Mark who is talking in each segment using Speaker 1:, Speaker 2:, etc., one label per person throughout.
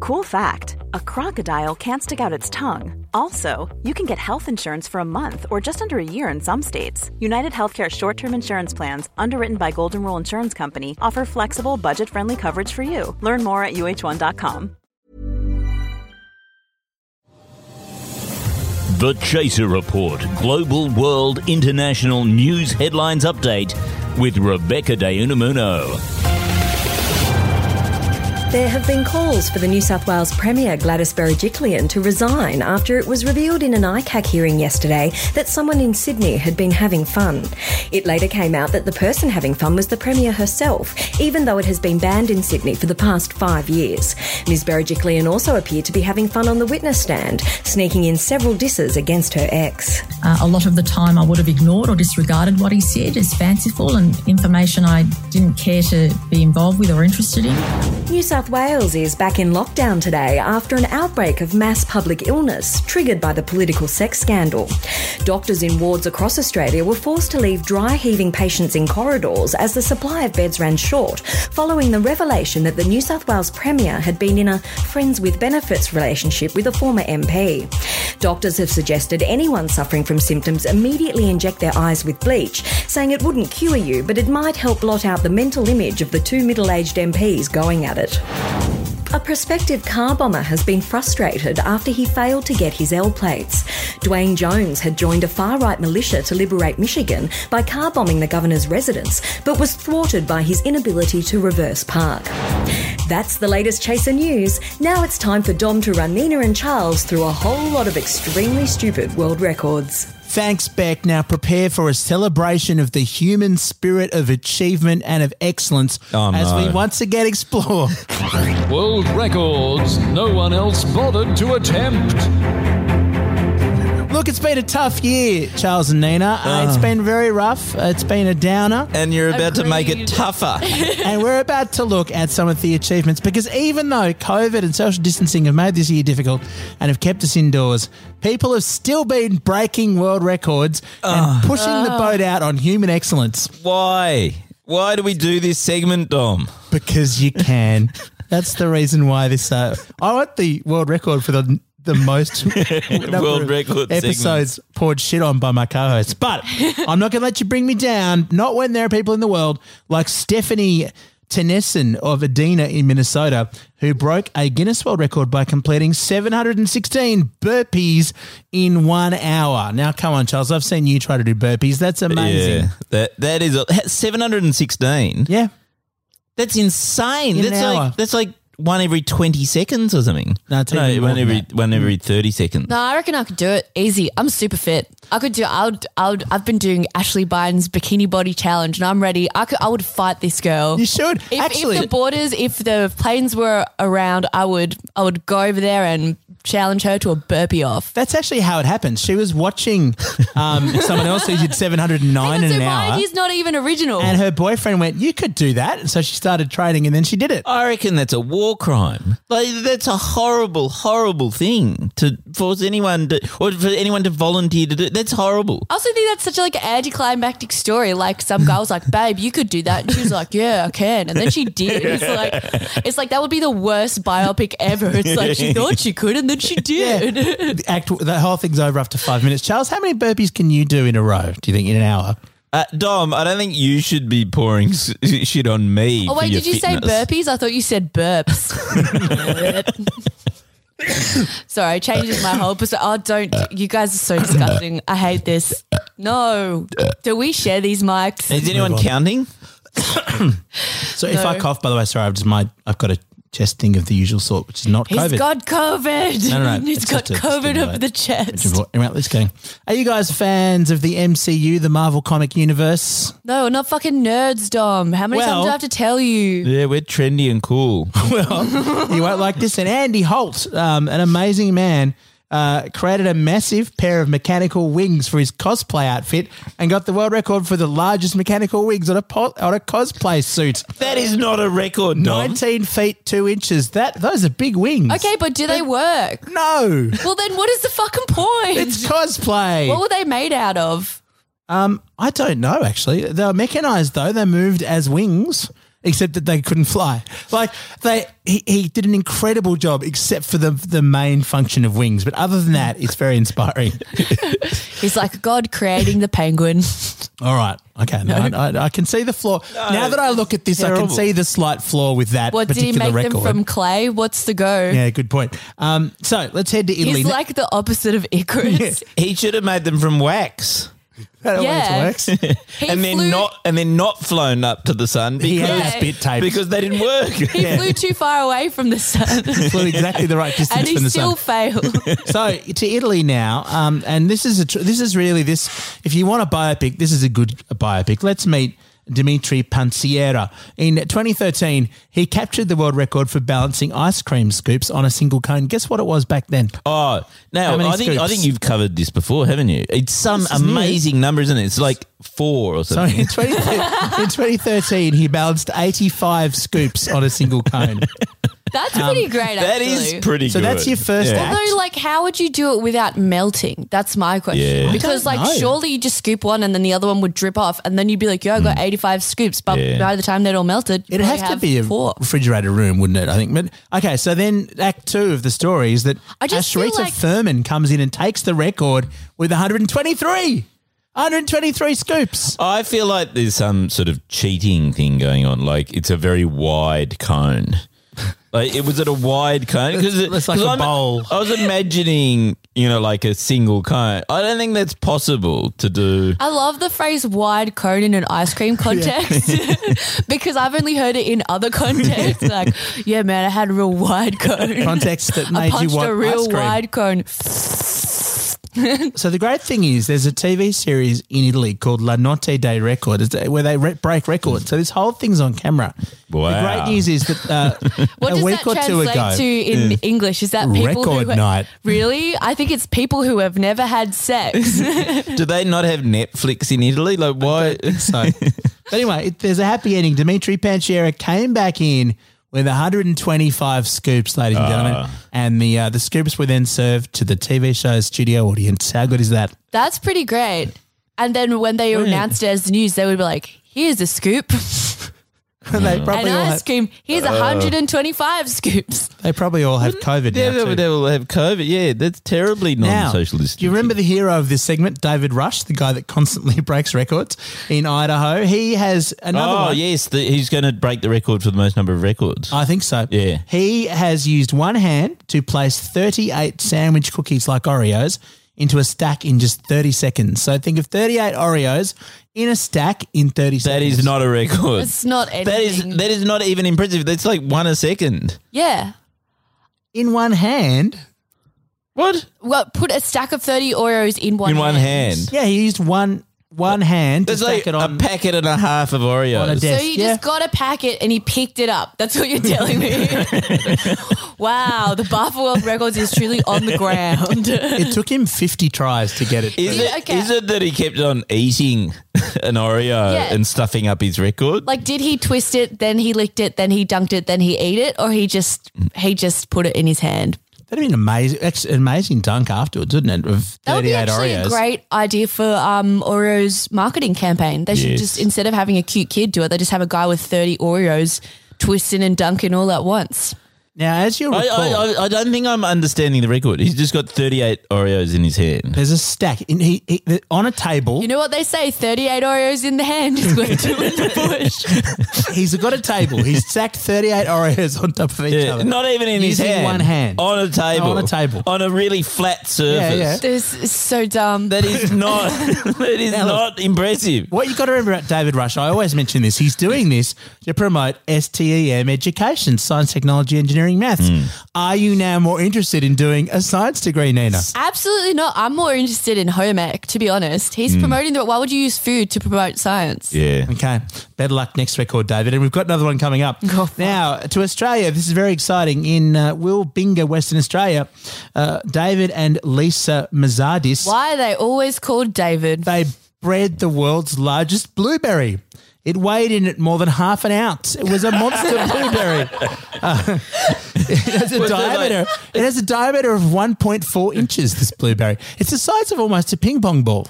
Speaker 1: Cool fact a crocodile can't stick out its tongue. Also, you can get health insurance for a month or just under a year in some states. United Healthcare short term insurance plans, underwritten by Golden Rule Insurance Company, offer flexible, budget friendly coverage for you. Learn more at uh1.com.
Speaker 2: The Chaser Report Global World International News Headlines Update with Rebecca De Unamuno.
Speaker 3: There have been calls for the New South Wales Premier Gladys Berejiklian to resign after it was revealed in an ICAC hearing yesterday that someone in Sydney had been having fun. It later came out that the person having fun was the Premier herself, even though it has been banned in Sydney for the past five years. Ms Berejiklian also appeared to be having fun on the witness stand, sneaking in several disses against her ex.
Speaker 4: Uh, a lot of the time I would have ignored or disregarded what he said as fanciful and information I didn't care to be involved with or interested in.
Speaker 3: New South Wales is back in lockdown today after an outbreak of mass public illness triggered by the political sex scandal. Doctors in wards across Australia were forced to leave dry heaving patients in corridors as the supply of beds ran short, following the revelation that the New South Wales Premier had been in a friends with benefits relationship with a former MP. Doctors have suggested anyone suffering from symptoms immediately inject their eyes with bleach, saying it wouldn't cure you, but it might help blot out the mental image of the two middle aged MPs going at it. A prospective car bomber has been frustrated after he failed to get his L plates. Dwayne Jones had joined a far right militia to liberate Michigan by car bombing the governor's residence, but was thwarted by his inability to reverse park. That's the latest Chaser news. Now it's time for Dom to run Nina and Charles through a whole lot of extremely stupid world records.
Speaker 5: Thanks, Beck. Now prepare for a celebration of the human spirit of achievement and of excellence
Speaker 6: Oh,
Speaker 5: as
Speaker 6: no.
Speaker 5: we once again explore.
Speaker 6: World records no one else bothered to attempt.
Speaker 5: Look, it's been a tough year, Charles and Nina. Uh, it's been very rough. Uh, it's been a downer.
Speaker 7: Ah. And you're about to make it tougher.
Speaker 5: and we're about to look at some of the achievements because even though COVID and social distancing have made this year difficult and have kept us indoors, people have still been breaking world records
Speaker 7: Ah.
Speaker 5: and pushing the boat out on human excellence
Speaker 7: Why? Why do we do this segment, Dom?
Speaker 5: because you can. That's the reason why this. Uh, I want the world record for the the most number
Speaker 7: World
Speaker 5: of
Speaker 7: record
Speaker 5: episodes poured shit on by my co-hosts. But I'm not going to let you bring me down. Not when there are people in the world like Stephanie Tennyson of Adena in Minnesota who broke a Guinness World Record by completing 716 burpees in one hour. Now, come on, Charles. I've seen you try to do burpees. That's amazing.
Speaker 7: Yeah, that that is a, 716.
Speaker 5: Yeah.
Speaker 7: That's insane.
Speaker 5: In an
Speaker 7: that's like
Speaker 5: hour.
Speaker 7: that's like one every 20 seconds or something.
Speaker 5: No, it's even more
Speaker 7: one
Speaker 5: than
Speaker 7: every
Speaker 5: that.
Speaker 7: one every 30 seconds.
Speaker 8: No, I reckon I could do it easy. I'm super fit. I could do. I would. I would. I've been doing Ashley Biden's bikini body challenge, and I'm ready. I could. I would fight this girl.
Speaker 5: You should.
Speaker 8: If,
Speaker 5: Actually,
Speaker 8: if the borders, if the planes were around, I would. I would go over there and challenge her to a burpee off.
Speaker 5: That's actually how it happened. She was watching um, someone else who did 709 in
Speaker 8: so
Speaker 5: an
Speaker 8: my
Speaker 5: hour.
Speaker 8: idea's not even original.
Speaker 5: And her boyfriend went, You could do that. And so she started training and then she did it.
Speaker 8: Oh,
Speaker 7: I reckon that's a war crime. Like that's a horrible, horrible thing to force anyone to, or for anyone to volunteer to do. That's horrible.
Speaker 8: I also think that's such a, like an anticlimactic story. Like some guy was like, "Babe, you could do that," and she was like, "Yeah, I can," and then she did. It's like, it's like that would be the worst biopic ever. It's like she thought she could, and then she did.
Speaker 5: The act, the whole thing's over after five minutes. Charles, how many burpees can you do in a row, do you think, in an hour?
Speaker 7: Uh, Dom, I don't think you should be pouring s- shit on me.
Speaker 8: Oh
Speaker 7: for
Speaker 8: wait,
Speaker 7: your
Speaker 8: did you
Speaker 7: fitness.
Speaker 8: say burpees? I thought you said burps. Sorry, changes my whole perso- Oh, don't you guys are so disgusting. I hate this. No, do we share these mics?
Speaker 7: Is anyone counting?
Speaker 5: So if I
Speaker 8: No.
Speaker 5: cough, by the way, sorry, I've just my I've got a chest thing of the usual sort, which is not
Speaker 8: He's
Speaker 5: COVID.
Speaker 8: got COVID.
Speaker 5: No, no, no.
Speaker 8: He's
Speaker 5: It's
Speaker 8: got
Speaker 5: just a
Speaker 8: COVID
Speaker 5: stimulate.
Speaker 8: of the chest.
Speaker 5: Anyway, let's go. Are you guys fans of the MCU, the Marvel comic universe?
Speaker 8: No, we're not fucking nerds, Dom. How many
Speaker 5: Well-
Speaker 8: times do I have to tell you?
Speaker 7: Yeah, we're trendy and cool.
Speaker 5: you won't like this. And Andy Holt, um, an amazing man, uh, created a massive pair of mechanical wings for his cosplay outfit and got the world record for the largest mechanical wings on a po- on a cosplay suit.
Speaker 7: that is not a record, Dom.
Speaker 5: Nineteen feet two inches. That those are big wings.
Speaker 8: Okay, but do they work?
Speaker 5: No,
Speaker 8: Well, then what is the fucking point?
Speaker 5: it's cosplay.
Speaker 8: what were they made out of?
Speaker 5: I don't know. Actually, they were mechanized though. They moved as wings. except that they couldn't fly. Like they, he, he did an incredible job, except for the the main function of wings. But other than that, it's very inspiring.
Speaker 8: He's like God creating the penguin.
Speaker 5: All right, okay, I, I, I can see the flaw. now that I look at this, I
Speaker 7: terrible.
Speaker 5: can see the slight flaw with that
Speaker 8: What did he
Speaker 5: particular
Speaker 8: make them
Speaker 5: record.
Speaker 8: from clay? What's the go?
Speaker 5: yeah, good point. Um, so let's head to Italy.
Speaker 8: He's like the opposite of Icarus.
Speaker 7: He should have made them from wax.
Speaker 5: that always
Speaker 8: yeah.
Speaker 5: works.
Speaker 8: He
Speaker 7: and then
Speaker 8: flew-
Speaker 7: not and then not flown up to the sun
Speaker 5: He
Speaker 7: because,
Speaker 5: had
Speaker 8: Yeah.
Speaker 5: his bit taped.
Speaker 7: because they didn't work.
Speaker 8: He flew too far away from the sun,
Speaker 5: flew exactly the right distance
Speaker 8: and he
Speaker 5: from the
Speaker 8: still
Speaker 5: sun.
Speaker 8: failed.
Speaker 5: so to Italy now, um, and this is a tr- this is really this. If you want a biopic, this is a good biopic. Let's meet Dimitri Pansiera. In 2013, he captured the world record for balancing ice cream scoops on a single cone. Guess what it was back then?
Speaker 7: Oh,
Speaker 5: How
Speaker 7: now
Speaker 5: many
Speaker 7: I think I
Speaker 5: scoops?
Speaker 7: think you've covered this before, haven't you? It's some
Speaker 5: This is new.
Speaker 7: amazing number, isn't it? It's like four or
Speaker 5: So
Speaker 7: something.
Speaker 5: in, 20, in 2013, he balanced 85 scoops on a single cone.
Speaker 8: That's
Speaker 5: Um,
Speaker 8: pretty great,
Speaker 7: that
Speaker 8: actually.
Speaker 7: is pretty.
Speaker 5: So
Speaker 7: good.
Speaker 5: that's your first
Speaker 7: Yeah.
Speaker 5: act.
Speaker 8: Although, like, how would you do it without melting? That's my question.
Speaker 7: Yeah. I
Speaker 8: Because,
Speaker 5: don't
Speaker 8: like,
Speaker 5: know.
Speaker 8: surely you just scoop one and then the other one would drip off, and then you'd be like, "Yo, I
Speaker 5: Hmm.
Speaker 8: got eighty-five scoops," but
Speaker 7: Yeah.
Speaker 8: by the time they'd all melted,
Speaker 5: It'd
Speaker 8: you'd
Speaker 5: have to
Speaker 8: probably
Speaker 5: be a
Speaker 8: four.
Speaker 5: refrigerated room, wouldn't it? I think. But okay, so then Act Two of the story is that
Speaker 8: I just feel
Speaker 5: Ashrita
Speaker 8: like-
Speaker 5: Furman comes in and takes the record with 123, 123 scoops.
Speaker 7: I feel like there's some sort of cheating thing going on. Like it's a very wide cone. Like it was it a wide cone? Because
Speaker 5: It's like a bowl.
Speaker 7: I was imagining, you know, like a single cone. I don't think that's possible to do.
Speaker 8: I love the phrase "wide cone" in an ice cream context because I've only heard it in other contexts. Like, yeah, man, I had a real wide cone.
Speaker 5: Context that
Speaker 8: I
Speaker 5: made you
Speaker 8: punched
Speaker 5: want
Speaker 8: a
Speaker 5: ice
Speaker 8: real
Speaker 5: cream.
Speaker 8: wide cone.
Speaker 5: So the great thing is, there's a TV series in Italy called La Notte dei Record, it's- where they re- break records. So this whole thing's on camera. The
Speaker 7: Wow.
Speaker 5: great news is that uh,
Speaker 8: What
Speaker 5: a
Speaker 8: does
Speaker 5: week
Speaker 8: that
Speaker 5: or two
Speaker 8: translate
Speaker 5: ago,
Speaker 8: to in English? Is that people
Speaker 5: Record
Speaker 8: who ha-
Speaker 5: night.
Speaker 8: Really? I think it's people who have never had sex.
Speaker 7: Do they not have Netflix in Italy? Like why?
Speaker 5: So, but anyway, it, there's a happy ending. Dimitri Panchera came back in with 125 scoops, ladies and gentlemen,
Speaker 7: Ah.
Speaker 5: and the uh, the scoops were then served to the TV show's studio audience. How good is that?
Speaker 8: That's pretty great. And then when they announced it as the news, they would be like, "Here's a scoop,"
Speaker 5: And they
Speaker 8: and
Speaker 5: probably all
Speaker 8: I
Speaker 5: had,
Speaker 8: scream,
Speaker 7: Uh.
Speaker 8: "Here's 125 scoops."
Speaker 5: they probably all
Speaker 8: Mm-hmm.
Speaker 5: have COVID
Speaker 7: Yeah,
Speaker 5: now.
Speaker 7: they
Speaker 5: Too.
Speaker 7: would they will have COVID. Yeah, that's terribly
Speaker 5: Now,
Speaker 7: non-socialist.
Speaker 5: do you remember the hero of this segment, David Rush, the guy that constantly breaks records in Idaho? He has another
Speaker 7: Oh
Speaker 5: one.
Speaker 7: yes, the, he's going to break the record for the most number of records.
Speaker 5: I think so.
Speaker 7: Yeah.
Speaker 5: He has used one hand to place 38 sandwich cookies like Oreos into a stack in just 30 seconds. So think of 38 Oreos in a stack in 30
Speaker 7: that
Speaker 5: seconds.
Speaker 7: is not a record.
Speaker 8: It's not anything.
Speaker 7: that is that is not even impressive. That's like one a second.
Speaker 8: yeah.
Speaker 5: In one hand.
Speaker 7: What?
Speaker 8: Well, put a stack of 30 Oreos in one
Speaker 7: in one hand.
Speaker 5: Yeah, he used one one hand to
Speaker 7: That's like
Speaker 5: stack it on.
Speaker 7: a packet and a half of Oreos.
Speaker 5: on a
Speaker 8: So
Speaker 5: desk.
Speaker 8: you
Speaker 5: yeah.
Speaker 8: just got a packet and he picked it up. That's what you're telling me. wow, the Bath World Records is truly on the ground.
Speaker 5: it took him 50 tries to get it.
Speaker 7: Is
Speaker 8: Yeah,
Speaker 7: it? Is
Speaker 8: okay.
Speaker 7: it that he kept on eating an Oreo
Speaker 8: Yeah.
Speaker 7: and stuffing up his record?
Speaker 8: like did he twist it then he licked it then he dunked it then he ate it or he just he just put it in his hand
Speaker 5: That'd be an amazing, ex- amazing dunk afterwards, wouldn't it? Of
Speaker 8: that would be
Speaker 5: 38
Speaker 8: actually
Speaker 5: Oreos.
Speaker 8: a great idea for um, Oreo's marketing campaign. They should
Speaker 7: Yes.
Speaker 8: just instead of having a cute kid do it, they just have a guy with thirty Oreos twisting and dunking all at once.
Speaker 5: now, as you'll
Speaker 7: I,
Speaker 5: recall,
Speaker 7: I, I- I don't think I'm understanding the record. He's just got 38 Oreos in his hand.
Speaker 5: there's a stack in, he, he, on a table.
Speaker 8: You know what they say: thirty-eight Oreos in the hand is worth two in the bush.
Speaker 5: He's got a table. He's stacked 38 Oreos on top of each
Speaker 7: Yeah,
Speaker 5: other.
Speaker 7: Uh, not even in
Speaker 5: Using
Speaker 7: his hand.
Speaker 5: one hand.
Speaker 7: On a table.
Speaker 5: On a table.
Speaker 7: On a really flat surface.
Speaker 5: yeah.
Speaker 8: This is so dumb.
Speaker 7: That is not. that is
Speaker 5: Now look.
Speaker 7: not impressive.
Speaker 5: What you got to remember about David Rush, I always mention this, he's doing this to promote STEM education, science, technology, engineering, maths.
Speaker 7: Hmm.
Speaker 5: Are you now more interested in doing a science degree, Nina?
Speaker 8: Absolutely not. I'm more interested in home ec, to be honest. He's promoting the. Why would you use food to promote science?
Speaker 7: Hmm. Yeah.
Speaker 5: Okay. Better luck next record, David. And we've got another one coming up.
Speaker 8: Oh, fuck.
Speaker 5: now, to Australia, this is very exciting. In uh, Wilbinga, Western Australia, uh, David and Lisa Mazardis.
Speaker 8: Why are they always called David?
Speaker 5: they bred the world's largest blueberry. It weighed in at more than half an ounce. It was a monster blueberry. Uh, it has a
Speaker 7: Was it like-
Speaker 5: diameter. it has a diameter of 1.4 inches. This blueberry. It's the size of almost a ping pong ball.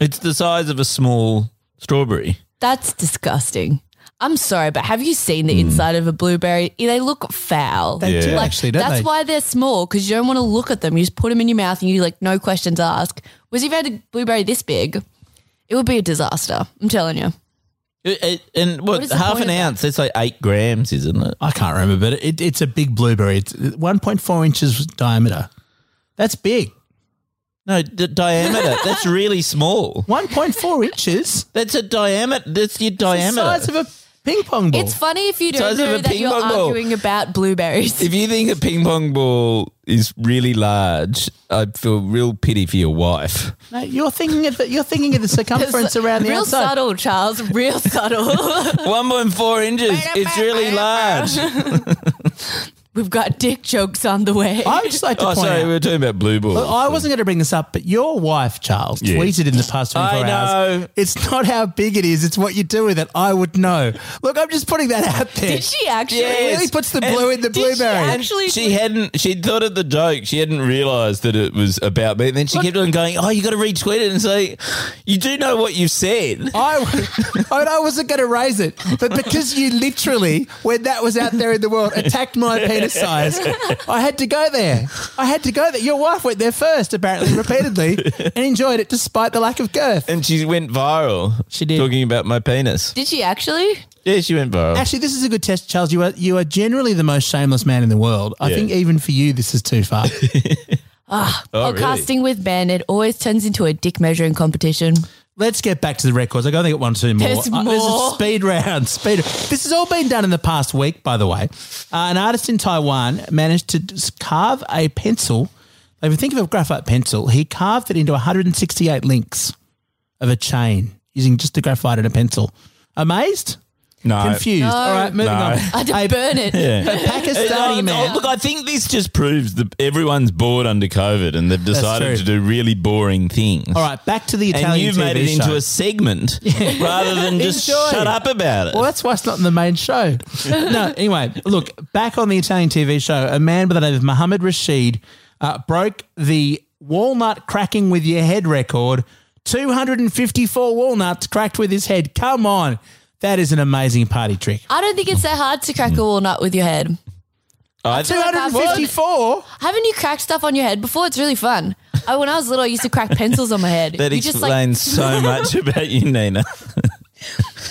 Speaker 7: It's the size of a small strawberry.
Speaker 8: That's disgusting. I'm sorry, but have you seen
Speaker 7: Hmm.
Speaker 8: the inside of a blueberry? They look foul.
Speaker 5: They do actually, don't
Speaker 8: that's
Speaker 5: they?
Speaker 8: why they're small because you don't want to look at them. You just put them in your mouth and you like no questions asked. Was if you had a blueberry this big, it would be a disaster. I'm telling you.
Speaker 7: It- it- Uh, and what,
Speaker 8: What is the
Speaker 7: half
Speaker 8: point
Speaker 7: an
Speaker 8: of that?
Speaker 7: ounce? That's like eight grams, isn't it?
Speaker 5: I can't remember, but it, it's a big blueberry. It's 1.4 inches diameter. That's big.
Speaker 7: No, the diameter. that's really small.
Speaker 5: 1.4 inches.
Speaker 7: That's a diameter. That's your
Speaker 5: The
Speaker 7: diameter.
Speaker 5: size of a ping pong ball.
Speaker 8: It's funny if you don't
Speaker 7: Size of
Speaker 8: know
Speaker 7: a
Speaker 8: that
Speaker 7: ping
Speaker 8: you're
Speaker 7: pong ball.
Speaker 8: arguing about blueberries.
Speaker 7: if you think a ping pong ball is really large, I feel real pity for your wife.
Speaker 5: No, you're thinking of the, you're thinking of the circumference around the
Speaker 8: real
Speaker 5: outside.
Speaker 8: subtle, Charles. Real subtle.
Speaker 7: One point four inches. It's really large.
Speaker 8: We've got dick jokes on the way.
Speaker 5: I would just like to
Speaker 7: Oh,
Speaker 5: point
Speaker 7: sorry, we
Speaker 5: out.
Speaker 7: were talking about blue balls.
Speaker 5: I wasn't going to bring this up, but your wife, Charles,
Speaker 7: Yeah.
Speaker 5: tweeted in the past 24
Speaker 7: I know.
Speaker 5: hours. It's not how big it is, it's what you do with it. I would know. Look, I'm just putting that out there.
Speaker 8: Did she actually?
Speaker 5: It really puts the blue in the
Speaker 8: did she
Speaker 5: blueberry.
Speaker 8: actually-
Speaker 7: She hadn't. She thought of the joke. She hadn't realised that it was about me. And then she kept on going. Oh, you got to retweet it and say, you do know what you've said.
Speaker 5: I, I, I wasn't going to raise it, but because you literally, when that was out there in the world, attacked my penis size, I had to go there. I had to go there. Your wife went there first, apparently, repeatedly, and enjoyed it despite the lack of girth.
Speaker 7: And she went viral.
Speaker 5: She did.
Speaker 7: talking about my penis.
Speaker 8: Did she actually?
Speaker 7: Yeah, she went viral.
Speaker 5: Actually, this is a good test, Charles. You are you are generally the most shameless man in the world. I
Speaker 7: Yeah.
Speaker 5: think even for you, this is too far.
Speaker 7: Oh, really?
Speaker 8: Podcasting with men, it always turns into a dick measuring competition.
Speaker 5: Let's get back to the records. I got to get one, two more.
Speaker 8: There's
Speaker 5: Uh, this is
Speaker 8: more.
Speaker 5: speed round. Speed. This has all been done in the past week, by the way. Uh, an artist in Taiwan managed to d- carve a pencil. If you think of a graphite pencil, he carved it into 168 links of a chain using just the graphite and a pencil. Amazed?
Speaker 7: No.
Speaker 5: Confused? All right, moving on.
Speaker 8: I had to
Speaker 5: A-
Speaker 8: burn it.
Speaker 7: Yeah.
Speaker 5: a Pakistani
Speaker 7: Uh,
Speaker 5: man.
Speaker 7: oh, Look, I think this just proves that everyone's bored under COVID and they've decided to do
Speaker 5: true.
Speaker 7: really boring things.
Speaker 5: All right, back to the Italian
Speaker 7: And you've made
Speaker 5: TV
Speaker 7: it into
Speaker 5: show.
Speaker 7: a segment rather than just
Speaker 5: Enjoy.
Speaker 7: shut up about it.
Speaker 5: Well, that's why it's not in the main show. no, anyway, look, back on the Italian TV show, a man by the name of Mohammed Rashid uh, broke the walnut cracking with your head record. 254 walnuts cracked with his head. Come on. That is an amazing party trick.
Speaker 8: I don't think it's that hard to crack a walnut with your head.
Speaker 7: I think-
Speaker 5: 254?
Speaker 8: Haven't you cracked stuff on your head before? It's really fun. I, when I was little, I used to crack pencils on my head.
Speaker 7: that
Speaker 8: You just, like,
Speaker 7: explains so much about you, Nina.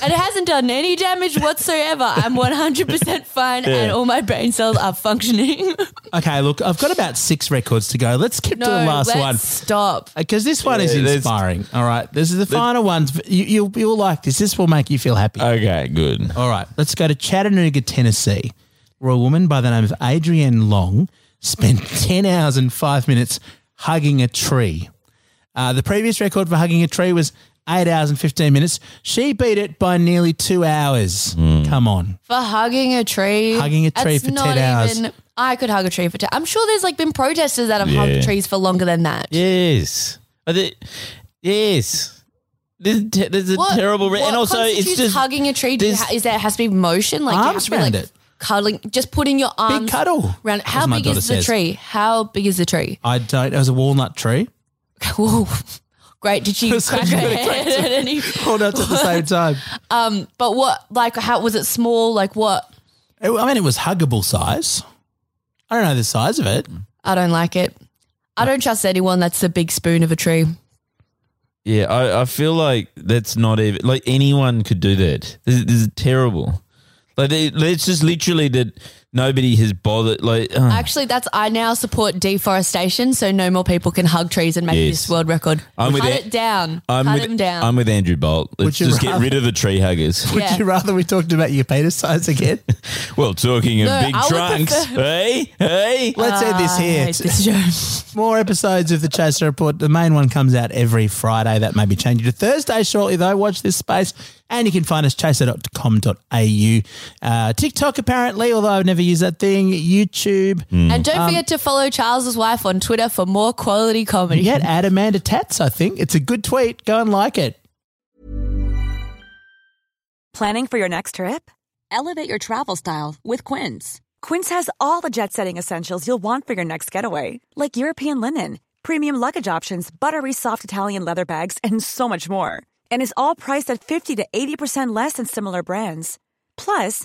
Speaker 8: and it hasn't done any damage whatsoever. I'm 100% fine, and all my brain cells are functioning.
Speaker 5: Okay, look, I've got about six records to go. Let's skip
Speaker 8: no,
Speaker 5: to the last
Speaker 8: let's
Speaker 5: one.
Speaker 8: stop.
Speaker 5: Because this one is
Speaker 7: Yeah, there's-
Speaker 5: inspiring. All right. This is the final one. You, you'll, you'll like this. This will make you feel happy.
Speaker 7: Okay, good.
Speaker 5: All right, let's go to Chattanooga, Tennessee, where a woman by the name of Adrienne Long spent 10 hours and five minutes hugging a tree. Uh, the previous record for hugging a tree was eight hours and 15 minutes. She beat it by nearly two hours.
Speaker 7: Hmm.
Speaker 5: Come on.
Speaker 8: For hugging a tree.
Speaker 5: Hugging a tree
Speaker 8: that's
Speaker 5: for 10
Speaker 8: not
Speaker 5: hours.
Speaker 8: Even, I could hug a tree for 10 I'm sure there's like been protesters that have hugged trees for longer than that.
Speaker 7: Yes. Are they- yes. There's, te- there's a
Speaker 8: What-
Speaker 7: terrible. Re-
Speaker 8: what
Speaker 7: and also, it's
Speaker 8: constitutes
Speaker 7: just.
Speaker 8: hugging a tree. Do you
Speaker 7: there's-
Speaker 8: ha- is there has to be motion? Like
Speaker 5: Arms
Speaker 8: you have to
Speaker 5: around
Speaker 8: be like
Speaker 5: it.
Speaker 8: cuddling, just putting your arms
Speaker 5: cuddle,
Speaker 8: around. it. How
Speaker 5: as my
Speaker 8: big is
Speaker 5: daughter
Speaker 8: the
Speaker 5: says.
Speaker 8: tree? How big is the tree?
Speaker 5: I don't, it was a walnut tree.
Speaker 8: Whoa. Great! Did she
Speaker 5: So
Speaker 8: crack
Speaker 5: you
Speaker 8: her
Speaker 5: gotta
Speaker 8: head? at any-
Speaker 5: Walnuts at the same time.
Speaker 8: but what? Like, how was it small? Like, what?
Speaker 5: It- I mean, it was huggable size. I don't know the size of it.
Speaker 8: I don't like it. I don't trust anyone that's the big spoon of a tree.
Speaker 7: Yeah, I, I feel like that's not even like anyone could do that. This, this is terrible. Like they, it's just literally that nobody has bothered. Like oh,
Speaker 8: Actually, that's I now support deforestation, so no more people can hug trees and make
Speaker 7: Yes.
Speaker 8: this world record.
Speaker 7: I'm with
Speaker 8: Cut
Speaker 7: it.
Speaker 8: it down.
Speaker 7: I'm
Speaker 8: Cut
Speaker 7: with
Speaker 8: them down.
Speaker 7: I'm with Andrew Bolt. Let's
Speaker 5: Would you
Speaker 7: just get
Speaker 5: rather-
Speaker 7: rid of the tree huggers.
Speaker 5: Would
Speaker 8: Yeah.
Speaker 5: you rather we talked about your penis size again?
Speaker 7: Well, talking of
Speaker 8: No,
Speaker 7: big
Speaker 8: I would
Speaker 7: trunks,
Speaker 8: prefer-
Speaker 7: hey, hey.
Speaker 5: Let's end this
Speaker 8: Uh, I
Speaker 5: here.
Speaker 8: hate this show.
Speaker 5: More episodes of the Chaser Report. The main one comes out every Friday. That may be changing to Thursday shortly, though. Watch this space. And you can find us chaser.com.au. Uh, TikTok, apparently, although I've never used that thing. YouTube.
Speaker 8: And
Speaker 7: Um,
Speaker 8: don't forget to follow Charles's wife on Twitter for more quality comedy.
Speaker 5: You had at Amanda Tats, I think. It's a good tweet. Go and like it.
Speaker 9: Planning for your next trip? Elevate your travel style with Quince. Quince has all the jet setting essentials you'll want for your next getaway, like European linen, premium luggage options, buttery soft Italian leather bags, and so much more. And is all priced at 50 to 80% less than similar brands.
Speaker 3: Plus,